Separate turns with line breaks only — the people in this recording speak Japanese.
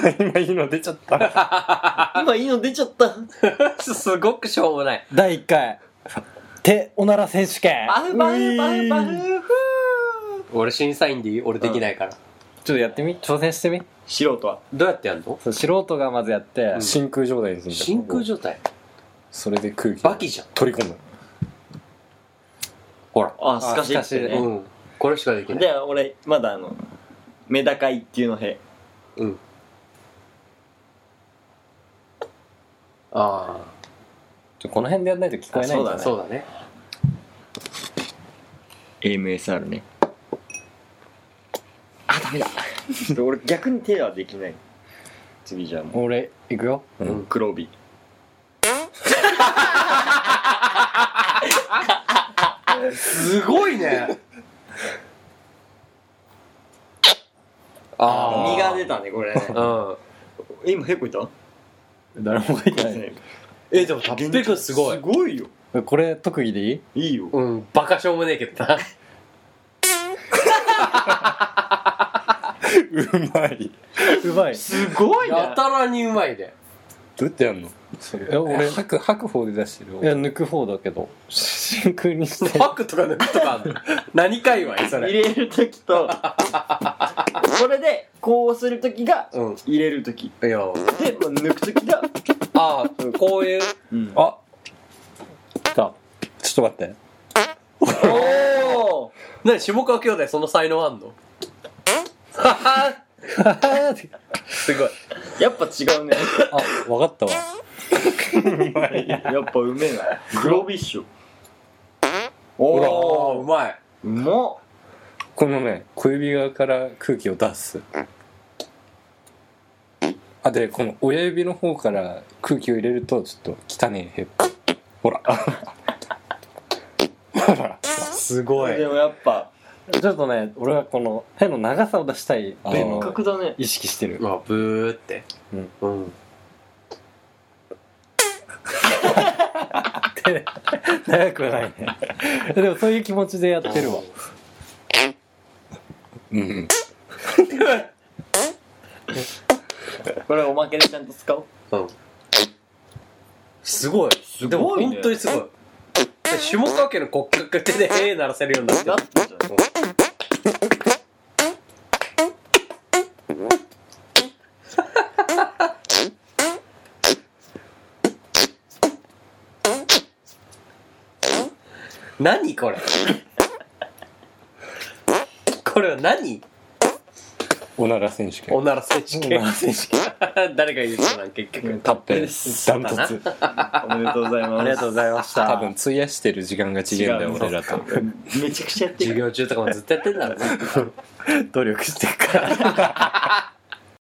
今いいの出ちゃった。
今いいの出ちゃった。
すごくしょうもない。
第1回、手おなら選手権。
バフバフバフバ
うい
フふー俺審査員でいい俺できないから。
ちょっとやってみ挑戦してみ
素人は。
どうやってやんの
そう素人がまずやって、
真
真空状態ですね
真空状態
それで空気を
バキじゃん。
取り込む
ほら。
あ、すかし
あすかし
で
で
ね。
うん。これしかできない。
で、俺、まだあの、メダカ一級の兵。
うん。あ
ちょこの辺でやんないと聞こえないんだ
あ、
よね。
そうだね。
AMSR ね。あ、ダメだ。ちょっと俺、逆に手はできない。次じゃあも
俺、いくよ。
う
う、
ん。
黒帯。
すごいね。ああ。
身が出たね、これね。
うん。
え今、ヘコいた
誰も書いてない。
え、でも、タッペ君すごい
す。ごいよ。
これ、特技でいい
いいよ。
うん、バカしょうもねえけどな。
うまいう
まい。
すごいな。
やたらにうまいで。
どうやってやんの
え俺
俺吐く吐く方で出して
いや、
る
抜く方だけど。真空にして。
パックとか抜くとかあんの何かいわい、そ
入
れ。
れるとき と、これで、こうするときが、
うん。
入れるとき。
いや。
で、もう抜くときが、
ああ、こういう。
うん。
あ
来たちょっと待 って
おー
なに、下川兄弟その才能あんのははすごい。
やっぱ違うね。
あ、わかったわ。
やっぱうめえな。グロビッシュ。
おー、う
おー
まい。
うまっ。
このね小指側から空気を出すあでこの親指の方から空気を入れるとちょっと汚ねえへほらほら
すご
でもやっぱ、
ちょっとね、俺はこの、手の長さを出したい。っていうの
あ
別
を
格だね。
意識してる。
まあ、ブーって。
うん。
うん。
長くはないね。でもそういう気持ちでやってるわ。
うん
これおまけでちゃんと使おう。
うん。すごい。
す
でも、
ごいね
本当にすごい。で下川家の骨格手 で、えー鳴らせるようになって
な
る
っ。たじゃん。
何これこれは何
おなら選手権
おなら選手権
おなら選手
誰が言うのなん結局
タッペ
で
ン
す
ダントツ
おめでとうございます。
ありがとうございました。
多分費やしてる時間が違えんだよ
違う
俺らと
めちゃくちゃやって
授
る。
業中とかもずっとやってんだろうね
努力してるから。